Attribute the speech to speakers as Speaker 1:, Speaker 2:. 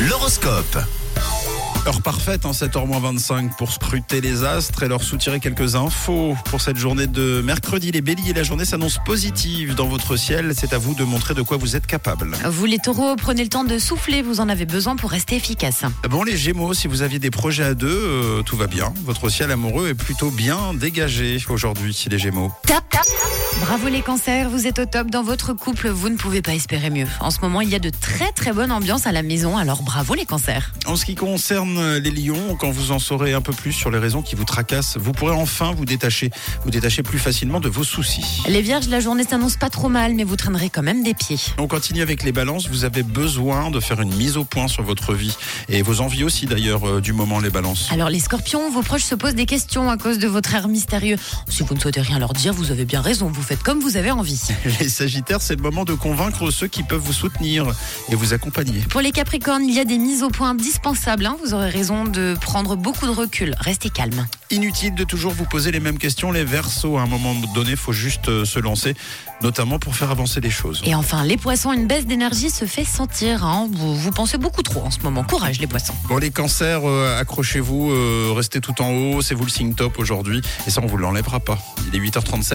Speaker 1: L'horoscope. Heure parfaite hein, en 7h25 pour scruter les astres et leur soutirer quelques infos. Pour cette journée de mercredi, les béliers, la journée s'annonce positive dans votre ciel. C'est à vous de montrer de quoi vous êtes capable.
Speaker 2: Vous les taureaux, prenez le temps de souffler, vous en avez besoin pour rester efficace.
Speaker 1: Bon, les gémeaux, si vous aviez des projets à deux, euh, tout va bien. Votre ciel amoureux est plutôt bien dégagé aujourd'hui, les gémeaux.
Speaker 2: Tap, tap. Bravo les cancers, vous êtes au top dans votre couple, vous ne pouvez pas espérer mieux. En ce moment, il y a de très très bonne ambiance à la maison, alors bravo les cancers.
Speaker 1: En ce qui concerne les lions, quand vous en saurez un peu plus sur les raisons qui vous tracassent, vous pourrez enfin vous détacher, vous détacher plus facilement de vos soucis.
Speaker 2: Les vierges, la journée s'annonce pas trop mal, mais vous traînerez quand même des pieds.
Speaker 1: On continue avec les balances. Vous avez besoin de faire une mise au point sur votre vie et vos envies aussi d'ailleurs euh, du moment les balances.
Speaker 2: Alors les scorpions, vos proches se posent des questions à cause de votre air mystérieux. Si vous ne souhaitez rien leur dire, vous avez bien raison, vous faites comme vous avez envie.
Speaker 1: Les sagittaires, c'est le moment de convaincre ceux qui peuvent vous soutenir et vous accompagner.
Speaker 2: Pour les capricornes, il y a des mises au point indispensables, hein. vous aurez raison de prendre beaucoup de recul, restez calme.
Speaker 1: Inutile de toujours vous poser les mêmes questions les versos. À un moment donné, faut juste euh, se lancer, notamment pour faire avancer les choses.
Speaker 2: Et enfin, les poissons, une baisse d'énergie se fait sentir. hein. Vous, vous pensez beaucoup trop en ce moment. Courage les poissons.
Speaker 1: Bon, les cancers, euh, accrochez-vous, euh, restez tout en haut, c'est vous le signe top aujourd'hui, et ça on vous l'enlèvera pas. Il est 8h37.